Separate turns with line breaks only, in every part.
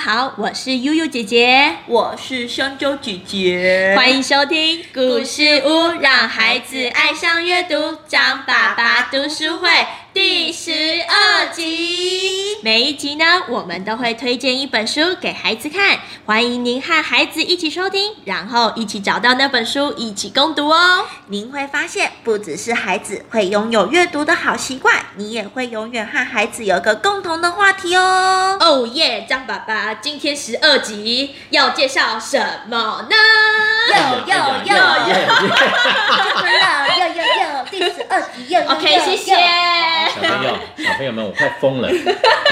好，我是悠悠姐姐，
我是香蕉姐姐，
欢迎收听故事屋，让孩子爱上阅读，张爸爸读书会第十二集。每一集呢，我们都会推荐一本书给孩子看，欢迎您和孩子一起收听，然后一起找到那本书，一起共读哦。
您会发现，不只是孩子会拥有阅读的好习惯，你也会永远和孩子有个共同的话 题哦。
哦耶，张爸爸，今天十二集要介绍什么呢？
又
哎
又又，第十二集又
OK，谢谢。。
小朋友，小朋友们，我快疯了，因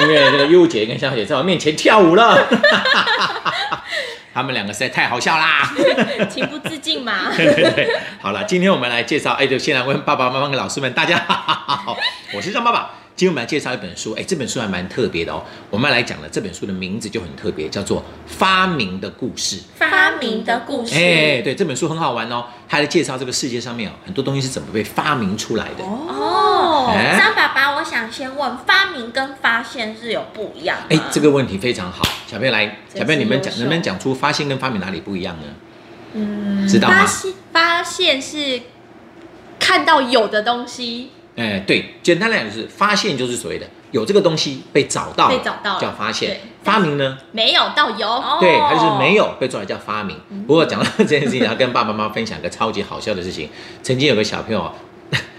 为这个优姐跟香姐在我面前跳舞了， 他们两个实在太好笑啦。
情不自禁嘛。
对对对，好了，今天我们来介绍，哎，就先来问爸爸妈妈跟老师们，大家好，我是张爸爸。今天我们来介绍一本书，哎，这本书还蛮特别的哦。我们要来讲的这本书的名字就很特别，叫做《发明的故事》。
发明的故事
哎，对，这本书很好玩哦，它来介绍这个世界上面哦，很多东西是怎么被发明出来的。
哦
哎，
张爸爸，我想先问，发明跟发现是有不一样吗？
哎，这个问题非常好，小朋友来，
真是
小朋友你们讲
优秀
能不能讲出发现跟发明哪里不一样呢？
嗯
知道
发
吗？
现发现是看到有的东西，
哎，对，简单来讲就是发现就是所谓的有这个东西被找到了，
被找到了
叫发现
对。
发明呢？
没有到有。
哦
对，它就是没有被做来叫发明。不过讲到这件事情，要跟爸爸妈妈分享一个超级好笑的事情。曾经有个小朋友 啊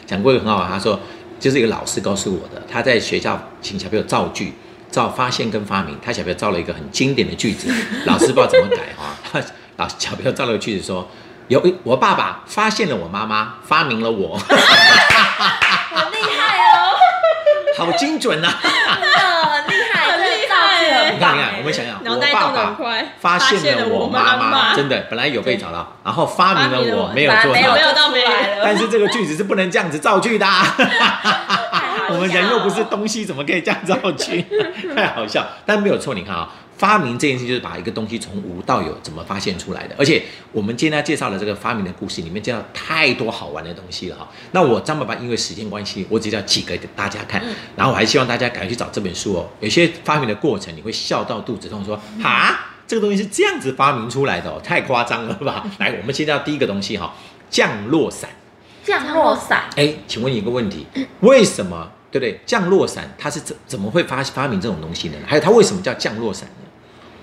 讲过一个很好玩，他说就是一个老师告诉我的，他在学校请小朋友造句。造发现跟发明，他小朋友造了一个很经典的句子，老师不知道怎么改哈、他老小朋友造了个句子说：“有我爸爸发现了我妈妈，发明了我，
很厉害哦，
好精准啊呐、
真的很厉害，
很
这
厉
个造句
害
很
你看，
棒
你
哎。
看，我们想想，
脑
我
袋
爸
动得很
爸
快
发
发现
现了
了我
我
妈
妈
妈
妈，真的，本来有被找到，然后发明
发明了
了
我
我，没有
把
做
没有
到
没。有
做
到
出
没有
来了，
但是这个句子是不能这样子造句的、啊，
太好笑了
我们人又不是东西，怎么可以这样造 句？太好笑，但没有错。你看啊、发明这件事就是把一个东西从无到有怎么发现出来的，而且我们今天要介绍的这个发明的故事里面介绍太多好玩的东西了哈、那我张爸爸因为时间关系，我只要几个给大家看，
嗯
然后我还希望大家赶快去找这本书哦。有些发明的过程你会笑到肚子痛说，
嗯
哈，这个东西是这样子发明出来的哦，太夸张了吧？来，我们先到第一个东西哈、降落伞。
降落伞，
哎，请问你一个问题，为什么对不对？降落伞它是怎怎么会发发明这种东西呢？还有它为什么叫降落伞呢？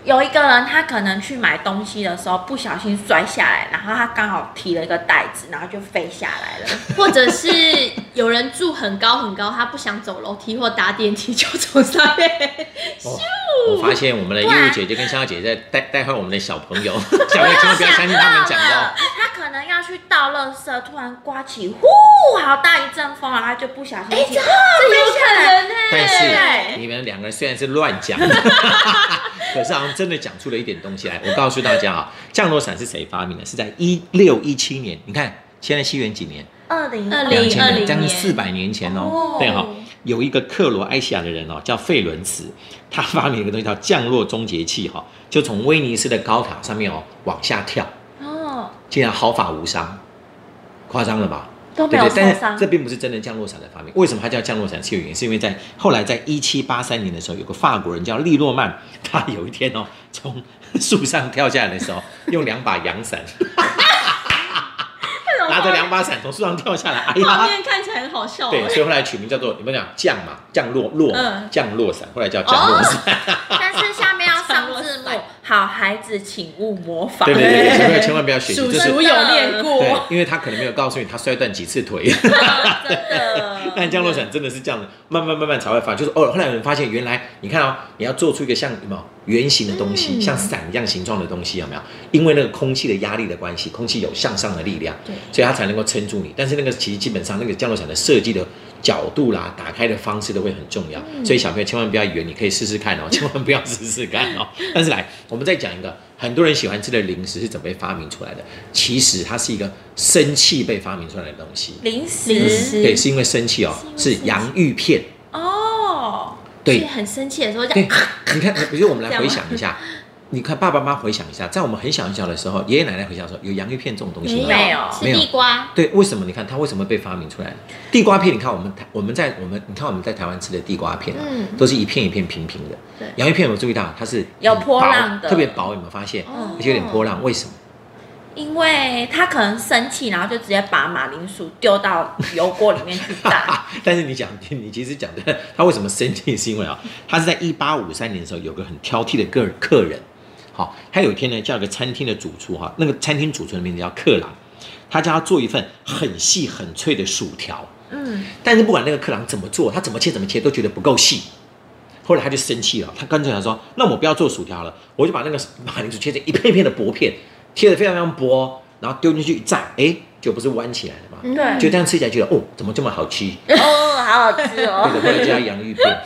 有一个人他可能去买东西的时候不小心摔下来，然后他刚好提了一个袋子，然后就飞下来了。
或者是有人住很高很高，他不想走楼梯或搭电梯，就从上面。
我发现我们的
对
悠
啊
悠姐姐跟香香姐在带带坏我们的小朋友， 小朋友千万不要相信他们讲的 哦。
他可能要去倒垃圾，突然刮起呼好大一阵风，然后他就不小心起，
哎这有可能呢、
但
对
是你们两个人虽然是乱讲， 可是好像真的讲出了一点东西来。我告诉大家啊，降落伞是谁发明的？是在一六一七年。你看现在西元几年？
二零
啊二零
两千
年
年，将近四百年前哦
哦。
对哈、有一个克罗埃西亚的人哦，叫费伦茨，他发明了一个东西叫降落终结器哈、就从威尼斯的高塔上面哦往下跳，
哦
竟然毫发无伤，夸张了吧？
都没
对
有
对，
受
但
伤
是这。并不是真的降落伞的发明。为什么它叫降落伞？是有原因，是因为在后来在一七八三年的时候，有个法国人叫利诺曼，他有一天哦，从树上跳下来的时候，用两把 阳伞，拿着两把伞从树上跳下来，哎
画
呀，
面看起来很好笑、啊
哦
对，所以后来取名叫做你们讲降嘛，降落落嘛、
嗯
降落伞，后来叫降落伞。
但是下面要上
降
字
落
幕
伞，
好孩子请勿模仿。
对对对对，小朋友千万不要 学习，
叔
这是
叔有练
对
过，，
因为他可能没有告诉你他摔断几次腿。
真 的。
但降落伞真的是这样的，慢慢慢慢才会发，就是哦，后来有人发现，原来你看哦，你要做出一个像什么圆形的东西，
嗯
像伞一样形状的东西，有没有？因为那个空气的压力的关系，空气有向上的力量，
对
所以它才能够撑住你。但是那个其实基本上那个降落伞的设计的角度啦、打开的方式都会很重要，
嗯
所以小朋友千万不要以为你可以试试看 哦，千万不要试试看哦。但是来，我们再讲一个很多人喜欢吃的零食是怎么被发明出来的？其实它是一个生气被发明出来的东西。
零
零
食
食
对，是因为生气哦，
是因为
是
生气
洋芋片。
哦，
所以
对
很生气的时候就
对，你看，比如我们
这
来
样
回
吗
想一下，你看爸爸妈妈回想一下，在我们很小很小的时候，爷爷奶奶回想说，有洋芋片这种东西吗？
没有
有，吃
没有
地瓜，
对，为什么？你看它为什么被发明出来？地瓜片，你看我们台我们在我们你看我们在台湾吃的地瓜片啊，
嗯
都是一片一片平平的。
对
洋芋片有没有注意到它是
有
很
波
薄
浪的
特别薄，有没有发现？
哦
嗯
而且有点波浪，为什么？
因为他可能生气，然后就直接把马铃薯丢到油锅里面去 炸。
但是你讲，你你其实讲的，他为什么生气？ 是因为啊，他是在一八五三年的时候，有个很挑剔的个客人，好、他有一天呢叫一个餐厅的主厨哈、那个餐厅主厨的名字叫克朗，他叫他做一份很细很脆的薯条，
嗯，
但是不管那个克朗怎么做，他怎么切怎么切都觉得不够细。后来他就生气了，他干脆想说：“那我不要做薯条了，我就把那个马铃薯切成一片一片的薄片，贴的非常非常薄，然后丢进去一炸，哎，就不是弯起来了嘛，
对
就这样吃起来觉得哦，怎么这么好吃？
哦，好好吃
或 者
哦，
后来叫洋 芋片，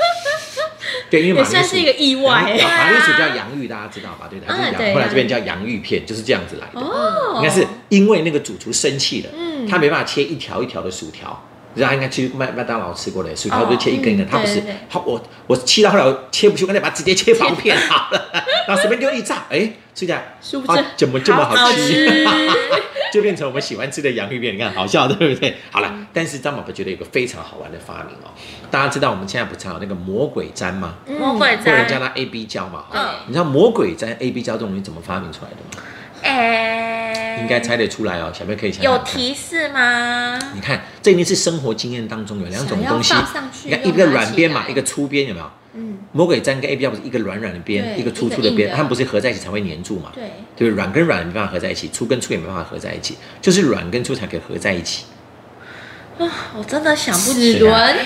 对，因为马
也
铃
算
薯
是一个意外
洋芋
欸。
马铃薯叫洋芋，大家知道吧？对的，它是
嗯对
洋，后来这边叫洋芋片，就是这样子来的。
哦，
应该是因为那个主厨生气了，
嗯
他没办法切一条一条的薯条，然后应该去麦麦当劳吃过的薯条就切一根一根，
哦嗯
他不是
对对对，
他我我气到后来我切不去，我干脆把它直接切薄片好了， 然后随便丢一炸，哎，吃起来
殊不知
啊怎么这么
好
好
好
吃
吃？
就变成我们喜欢吃的洋芋片，你看好笑对
嗯
不对？好了，但是张宝宝觉得有个非常好玩的发明哦，大家知道我们现在不常有那个魔鬼粘吗？
嗯
魔鬼
或者叫
粘，
它 A B 胶嘛，
嗯
你知道魔鬼粘 A B 胶这种东西怎么发明出来的吗？
哎，
应该猜得出来哦，小妹可
啊
以想想
有
看
提示吗？
你看，这一定是生活经验当中有两种东西
想要放上，去
你看一
又
个
拿
软
起
边嘛，
来
一个粗边，有没有？
嗯，
魔鬼粘跟 A B 胶不是一个软软的边，
对
一个粗粗
一个
的
硬
边，
的
它们不是合在一起才会粘住嘛？
对，
对不对，软跟软没办法合在一起，粗跟粗也没办法合在一起，就是软跟粗才可以合在一起。
我真的想不
齿轮，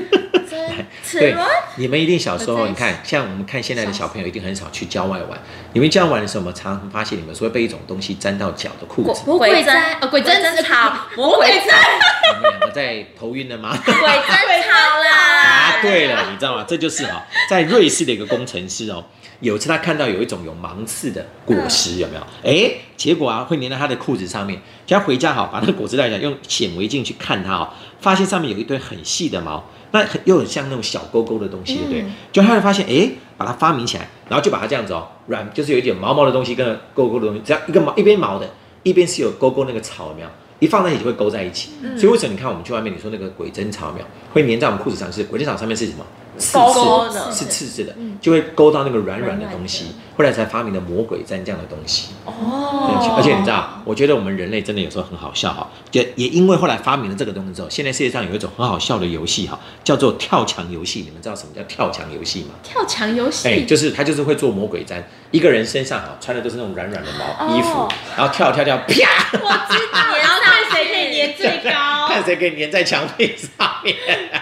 真
对
齿，
你们一定小时
合
候，
在一
你
起
看，像我们看现在的小朋友，一定很少去郊外玩。你们郊外玩的时候，我们常常发现你们是会被一种东西粘到脚的裤子。
魔鬼粘，呃，鬼
鬼针
针
草，
魔鬼针，
你们两个在头晕了吗？
鬼针草啦，
答啊对了，你知道吗？这就是哦，在瑞士的一个工程师哦，有一次他看到有一种有芒刺的果实，有没有？哎，结果啊会粘在他的裤子上面。叫他回家哈，把那个果实带起来，用显微镜去看它哦，发现上面有一堆很细的毛，那很又很像那种小勾勾的东西，对不对？
嗯
就他会发现，哎，把它发明起来，然后就把它这样子哦，软就是有一点毛毛的东西跟勾勾的东西，只要一个毛一边毛的，一边是有勾勾那个草，有没有？一放在一起就会勾在一起，
嗯
所以为什么你看我们去外面，你说那个鬼针草有没有会粘在我们裤子上？是鬼针草上面是什么？刺
勾
刺
勾的
是刺刺的
嗯，
就会勾到那个软软的东西
软。
后来才发明了魔鬼粘这样的东西。
哦
而且你知道，我觉得我们人类真的有时候很好笑哈，也也因为后来发明了这个东西之后，现在世界上有一种很好笑的游戏哈，叫做跳墙游戏。你们知道什么叫跳墙游戏吗？
跳墙游戏，
哎、就是他就是会做魔鬼毡，一个人身上啊穿的都是那种软软的毛衣服，
哦
然后跳跳跳，啪，
我知道，然后看谁可以粘最高，
看谁可以粘在墙壁上面。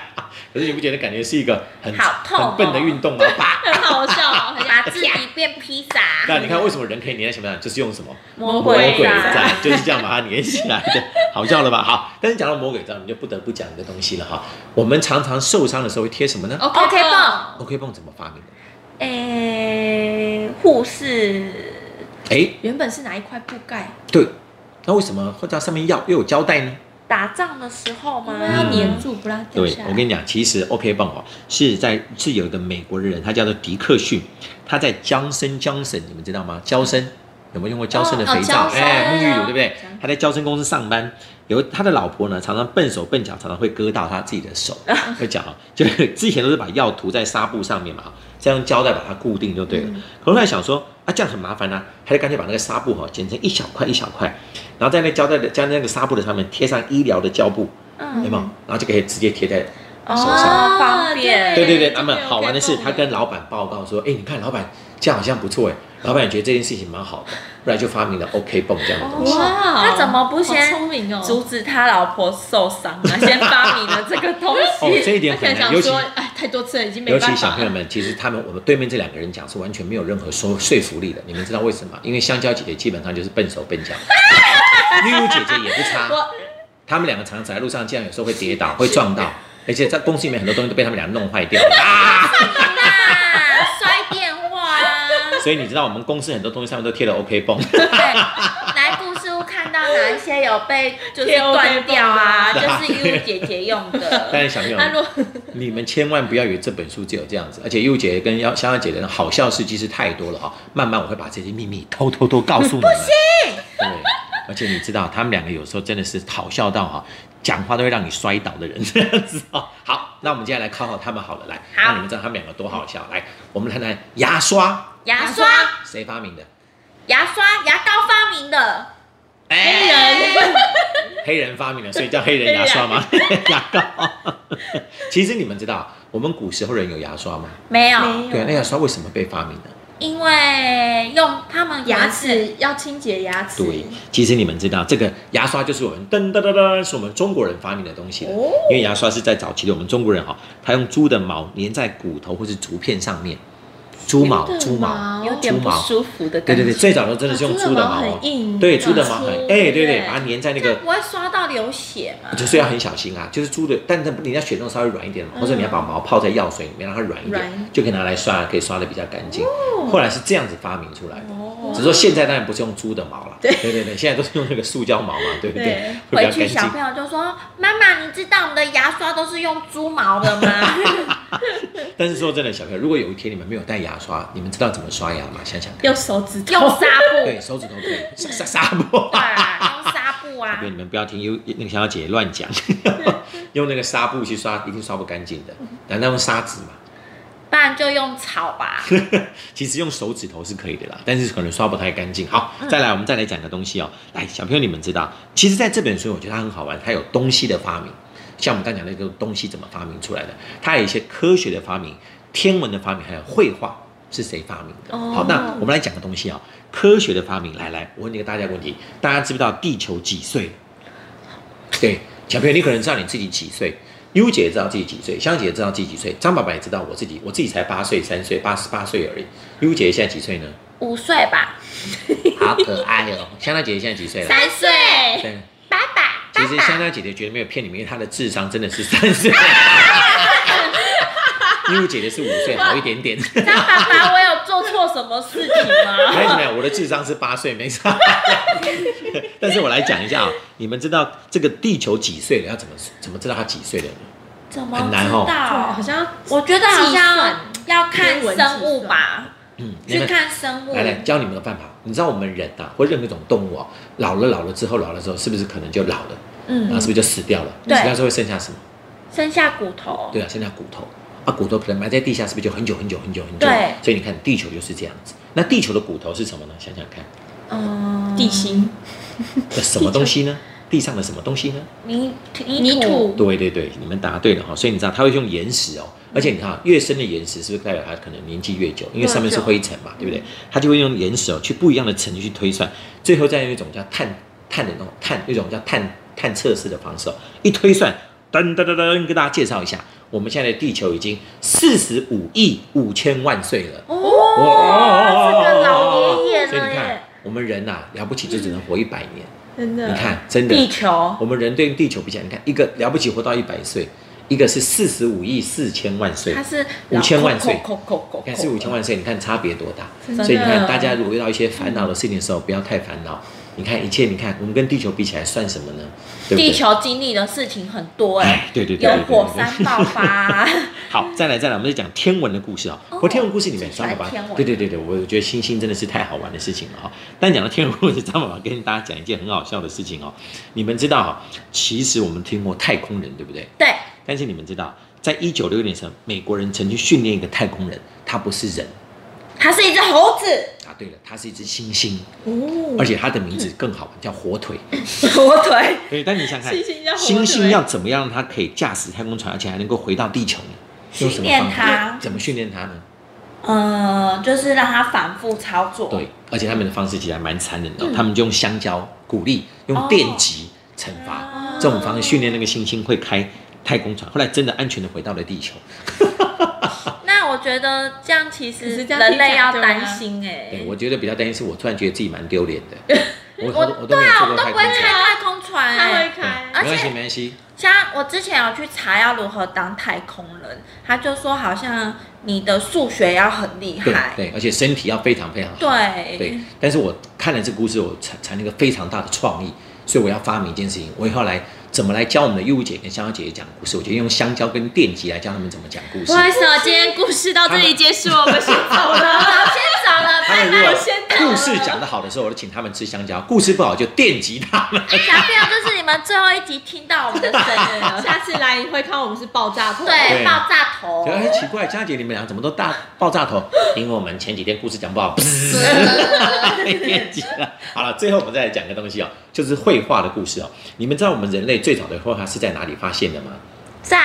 可是你不觉得感觉是一个很
好痛哦
很笨的运动 吗？啪！
很好笑哦，很
把自己变披萨，
那你看为什么人可以粘在什么上？就是用什么
魔
魔
鬼
鬼
毡，
毡，就是这样把它粘起来的， 好笑了吧？好，但是讲到魔鬼毡，我们就不得不讲一个东西了哈。我们常常受伤的时候会贴什么
哦
呢
OK
棒
棒，
？OK 泵怎么发明的？
哎，护士，
哎，
原本是拿一块布盖，
对，那为什么会在上面要又有胶带呢？
打仗的时候
因
吗？
为要
嗯
粘住不让掉
对
下，
啊
我
来。
跟你讲，其实 OK 泵哦，是在是有一个美国的人，他叫做迪克逊，他在江森江森，你们知道吗？娇生有没有用过娇生的
嗯哦哦
肥皂？
娇生
哎，沐浴乳对不对
娇生？
他在娇生公司上班，有他的老婆呢，常常笨手笨脚，常常会割到他自己的 手。会讲哦，就是之前都是把药涂在纱布上面嘛，这样胶带把它固定就对了。
嗯
可是后来想说啊，这样很麻烦啊，他就干脆把那个纱布哈、哦、剪成一小块一小块，然后在那胶带的将那个纱布的上面贴上医疗的胶布，
嗯
有没有？然后就可以直接贴在手上。
哦方便
对对对，
这
那
个
么
哎有
好玩的是，
开放
他跟老板报告说：“哎，你看老板这样好像不错哎。”老板也觉得这件事情 蛮好的，后来就发明了 OK 泵这样的东西。
哇，
他怎么不先
好聪明哦？
阻止他老婆受伤啊！先发明了这个东
哦
西，，
这一点
他可
很
能
难，
想
尤其
说，哎，太多次了，已经没
尤其
办
小
法
朋友
了。
们，其实他们我们对面这两个人讲是完全没有任何说说服力的。你们知道为什么？因为香蕉姐姐基本上就是笨手笨 脚，妞妞姐姐也不差。他们两个常常走在路上，竟然有时候会跌倒，会撞到，而且在公司里面很多东西都被他们俩弄坏 掉了啊。
那摔电话啊！
所以你知道我们公司很多东西上面都贴了 OK 泵。
对，来故事屋看到哪一些有被就是
贴 OK
断掉 啊，
绷啊
就是 U 姐姐用 的。
但是小朋友
他，若
你们千万不要以为这本书只有这样子，而且柚姐跟幺香姐的好笑事迹是太多了哈、慢慢我会把这些秘密偷偷偷告诉你们。对，而且你知道，他们两个有时候真的是好笑到哈、讲话都会让你摔倒的人这样子哦。好，那我们接下来考考他们好了，来，让你们知道他们两个多好笑。来，我们谈谈牙刷，
牙刷、
谁发明的？
牙刷、牙膏发明的，
哎
黑人
黑人发明的，所以叫黑人牙刷吗？ 牙膏。其实你们知道，我们古时候人有牙刷吗？
没有，
没
对啊，那
有
牙刷为什么被发明呢？
因为用他们
牙齿要清洁牙齿，
对，其实你们知道，这个牙刷就是我们噔噔噔噔，是我们中国人发明的东西了。因为牙刷是在早期的我们中国人哈、他用猪的毛粘在骨头或是竹片上面，猪毛，猪毛。
有点不舒服啊的
对
感觉。
对对，最早的真的是用
啊
猪的毛哦
很，硬，
对，
早
猪的
期
毛很，哎、对对，把它粘在那
这
个
样不会刷到流血嘛？
就是要很小心啊，就是猪的，但是你要选那种稍微软一点的嘛，
嗯
或者你要把毛泡在药水里面，让它软一点
软，
就可以拿来刷，可以刷的比较干净。后来是这样子发明出来的，
哦
只是说现在当然不是用猪的毛了，对对对，现在都是用那个塑胶毛嘛，对不对
对？
回
会比
去小
较干
朋友就说：“妈妈，你知道我们的牙刷都是用猪毛的 吗
净。但是说真的，小朋友，如果有一天你们没有带牙刷，你们知道怎么刷牙吗？想想看，
用手指？”
用纱布，
对
对
手指头可以沙沙沙 布。
啊，用纱布啊
对，。你们不要听优那个小姐乱讲， 用那个纱布去刷，一定刷不干净
嗯
的。难道用砂纸吗？
不然就用草吧。
其实用手指头是可以的啦，但是可能刷不太干净。好，再来，我们再来讲个东西哦。来，小朋友，你们知道，其实在这本书，我觉得它很好玩，它有东西的发明，像我们刚讲那个东西怎么发明出来的，它有一些科学的发明、天文的发明，还有绘画是谁发明的。
哦
好，那我们来讲个东西哦，科学的发明。来来，我问你个大家问题，大家知不知道地球几岁？对，小朋友，你可能知道你自己几岁。优姐也知道自己几岁，香姐也知道自己几岁，张爸爸也知道我自己，我自己才八岁、三岁、八十八岁而已。优姐现在几岁呢？
五岁吧，
好可爱哦！香奈姐姐现在几岁了？
三岁。
对，
爸爸，爸
其实香
爸，
奈姐姐绝对没有骗你们，因为她的智商真的是三岁。优姐姐是五岁，好一点点。
张爸爸，我有做错什么事情 吗？
没有没有，我的智商是八岁，没啥。 但是我来讲一下啊、你们知道这个地球几岁了？要怎么怎么知道它几岁了呢？
怎么
很难
知
哦
哦
道
好？像
我觉得好
计算
像要看
天文计算
生物吧，
嗯，你
去
们
看生物
来。来教你们个办法。你知道我们人呐、啊，或任何一种动物啊，老了老了之后，老了之后是不是可能就老了？然后
嗯，
是不是就死掉了？
对
死掉之后会剩下什么？
剩下骨头。
对啊，剩下骨头。啊，骨头可能埋在地下，是不是就很久很久很久很久？
对
所以你看，地球就是这样子。那地球的骨头是什么呢？想想看，
嗯，
地心
那什么东西呢？地上的什么东西呢？
嗯泥
泥
泥土。
土，
对对对，你们答对了哈。所以你知道它会用岩石哦，
嗯
而且你看啊越深的岩石是不是代表它可能年纪越久？因为上面是灰尘嘛，
嗯
对不对？它就会用岩石哦去不一样的层级去推算，最后再用一种叫碳碳的那种碳一种叫碳碳测试的方式哦，一推算，噔噔噔噔，跟大家介绍一下，我们现在的地球已经四十五亿五千万岁了。
哦，是个老爷爷
所以
了
你看
耶！，
我们人呐、啊了不起就只能活一百年。
真的，
你看，真的，
地球
我们人对地球比起来，你看一个了不起活到一百岁，一个是四十五亿四千万岁，
它
你
是
五千万岁
扣扣扣扣
看是五千万岁，你看差别多大。
真的
所以你看，大家如果遇到一些烦恼的事情的时候，不要太烦恼。你看一切，你看我们跟地球比起来算什么呢？对不对？
地球经历的事情很多
哎
哎，，
对对对
有
对对
火
对。
山爆发啊，
好，再来再来，我们就讲天文的故事啊、
哦
不过天文故事里面，
喜
张
欢
爸爸
天文，
对对对对，我觉得星星真的是太好玩的事情了哈、但讲到天文故事，张爸爸跟大家讲一件很好笑的事情哦。你们知道哦，其实我们听过太空人，对不对？
对，
但是你们知道，在一九六六年时，美国人曾经训练一个太空人，他不是人。
它是一只猴子，
答对了，他是一只猩猩，
哦
而且他的名字更好玩，叫 火腿。
火腿，
对，但你想看，
猩猩叫火腿
猩猩要怎么样让它可以驾驶太空船，而且还能够回到地球呢？用什
训
么方
练
法？
它
怎么训练它呢？
呃，就是让它反复操作，
对，而且他们的方式其实还蛮残忍
嗯
的哦、他们就用香蕉鼓励，用
哦
电击惩
哦
罚，
啊，
这种方式训练那个猩猩会开太空船，后来真的安全的回到了地球。
那我觉得这样其
可
实
是这样
人
听起来
类要
对啊
担心哎，
对，我觉得比较担心是我突然觉得自己蛮丢脸 的，我
我
我都没
对
有
啊，
做
我
过
都
太
不
空
会
船
开。太空船
它会
哎。
开，
而
嗯没关系，
且
没关系。
像我之前有去查要如何当太空人，他就说好像你的数学要很厉
对
害，
对，而且身体要非常非常好。
对
对，但是我看了这个故事，我产产生一个非常大的创意，所以我要发明一件事情，我以后来怎么来教我们的幼姐跟香蕉姐姐讲故事，我就用香蕉跟电极来教他们怎么讲故事
不。好意思哦，今天故事到这里结束，我们先走
好
了。
了，先走了，
他
拜
们如
拜，
果
先走
故事讲得好的时候，我就请他们吃香蕉；故事不好就电击他们。
小朋友，这是你们最后一集听到我们的声音
了。
了。
下次来你会看我们是爆炸头，
对，
对
爆炸头
觉得。哎，奇怪，佳姐你们俩怎么都大爆炸头？因为我们前几天故事讲不 好，被电击了。好了，最后我们再来讲个东西哦，就是绘画的故事哦。你们知道我们人类最早的绘画是在哪里发现的吗？
在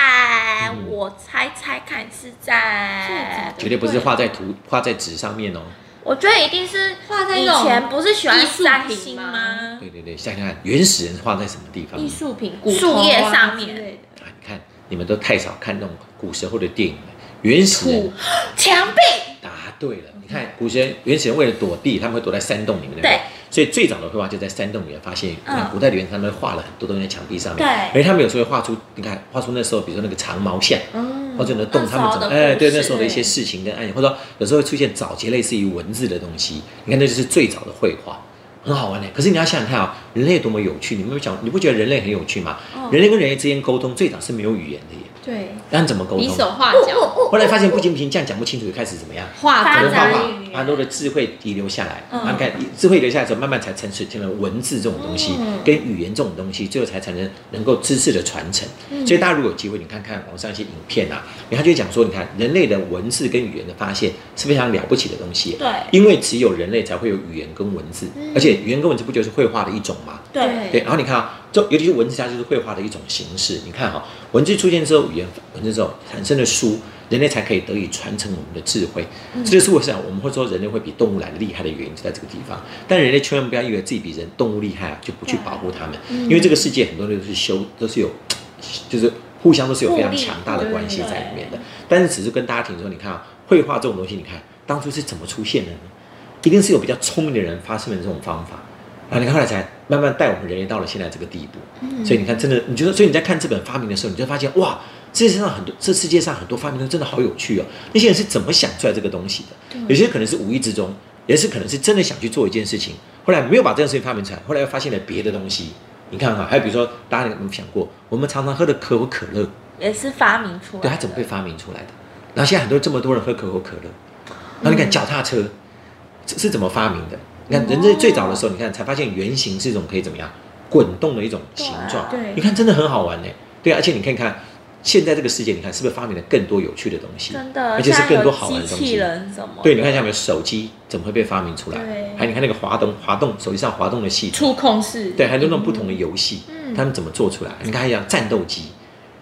嗯
我猜猜看是在，
绝对不是画在图嗯画在纸上面哦。
我觉得一定是
画在
以
那种
前不是喜欢三
艺术
星
品
吗
吗？
对对对，想想看，原始人是画在什么地方？
艺
啊，
术品、骨头啊
树叶上面
之类的
你看你们都太少看那种古时候的电影了。原始人
土
墙壁
答对了，你看古时人原始人为了躲避，他们会躲在山洞里面，对不
对
对？所以最早的绘画就在山洞里面发现。你看
嗯
古代的人，他们画了很多东西在墙壁上面，
对
而他们有时候会画出，你看画出那时候，比如说那个长毛象。
嗯
或者呢，动他们怎
那时候的
么哎，对
故事
那时候的一些事情跟案件，或者说有时候会出现早期类似于文字的东西，你看那就是最早的绘画，很好玩的。可是你要想想看啊、人类多么有趣，你们有没有想，你不觉得人类很有趣吗？
嗯
人类跟人类之间沟通最早是没有语言的耶，
对，
那你怎么沟
比
通？
手
哦
画脚，
后来发现不行不行，这样讲不清楚，就开始怎么样？
画
发
可
图
能画
展
画
语言
把很多的智慧遗留下来，
嗯
然后看智慧留下来之后，慢慢才成成了文字这种东西，
嗯
跟语言这种东西，最后才才能能够知识的传承。
嗯
所以大家如果有机会，你看看网上一些影片啊，你看他就讲说，你看人类的文字跟语言的发现是非常了不起的东西，
对嗯
因为只有人类才会有语言跟文字，而且语言跟文字不就是绘画的一种吗？
对
对，然后你看啊，就尤其是文字，它就是绘画的一种形式。你看哈、文字出现之后，语言文字之后产生的书，人类才可以得以传承我们的智慧。这就是为什么我们会说人类会比动物来的厉害的原因，就在这个地方。但人类千万不要以为自己比人动物厉害啊，就不去保护它们，因为这个世界很多人都是修，都是有，就是互相都是有非常强大的关系在里面的。但是只是跟大家提说，你看啊，绘画这种东西，你看当初是怎么出现的呢？一定是有比较聪明的人发现了这种方法，然后你看后来才慢慢带我们人类到了现在这个地步。所以你看，真的，你觉得，所以你在看这本发明的时候，你就发现哇，世界上很多，这世界上很多发明都真的好有趣哦。那些人是怎么想出来这个东西的？有些可能是无意之中，也是可能是真的想去做一件事情，后来没有把这件事情发明出来，后来又发现了别的东西。你看啊哈、还有比如说，大家有没有想过，我们常常喝的可口可乐，
也是发明出来的。
对，它怎么被发明出来的？然后现在很多这么多人喝可口可乐，然后你看脚踏车是是怎么发明的？你看人类最早的
哦
时候，你看才发现圆形是一种可以怎么样滚动的一种形状。
对啊对
你看真的很好玩呢。对啊，而且你看看现在这个世界，你看是不是发明了更多有趣的东西？
真的，
而且是更多好玩的
现在
东
有机器
西。
人什么？
对，你看下面手机怎么会被发明出来
对？
还有你看那个滑动滑动手机上滑动的系统。
触控式，
对，很多那种不同的游戏，
嗯
他们怎么做出来？你看，还讲战斗机，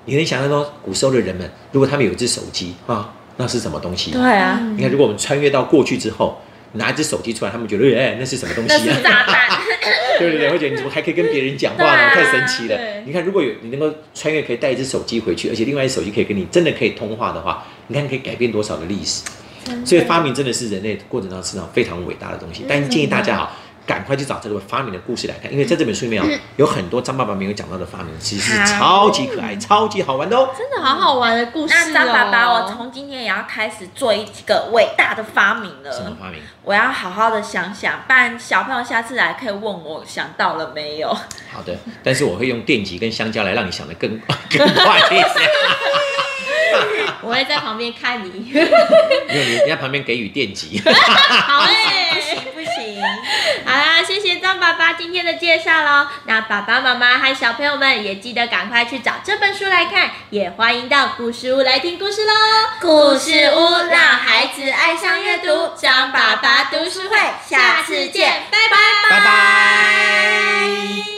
你能想象到古时候的人们，如果他们有一只手机啊，那是什么东西？
对啊，
嗯
你看，如果我们穿越到过去之后，拿一只手机出来，他们觉得哎、那是什么东
那
西
是
啊？
炸弹。
对对对，会觉得你怎么还可以跟别人讲话
对
呢？
啊
太神奇了
对！
你看，如果有你能够穿越，可以带一只手机回去，而且另外一只手机可以跟你真的可以通话的话，你看可以改变多少的历史？
真的
所以发明真的是人类过程当中非常伟大的东西。但是建议大家啊，赶快去找这个发明的故事来看，因为在这本书里面啊，有很多张爸爸没有讲到的发明，其实是超级可爱、超级好玩的哦。
真的好好玩的故事哦。
那张爸爸，我从今天也要开始做一个伟大的发明
什么
了。
发明？
我要好好的想想，不然小朋友下次来可以问我想到了没有。
好的，但是我会用电极跟香蕉来让你想得更 更快一些，
我会在旁边看你。
因为你你在旁边给予电极。
好哎、
不行不行，
好啦，谢谢张爸爸今天的介绍喽。那爸爸妈妈和小朋友们也记得赶快去找这本书来看，也欢迎到故事屋来听故事喽。
故事屋让孩子爱上阅读，张爸爸读书会，下次见，
拜拜。
拜拜。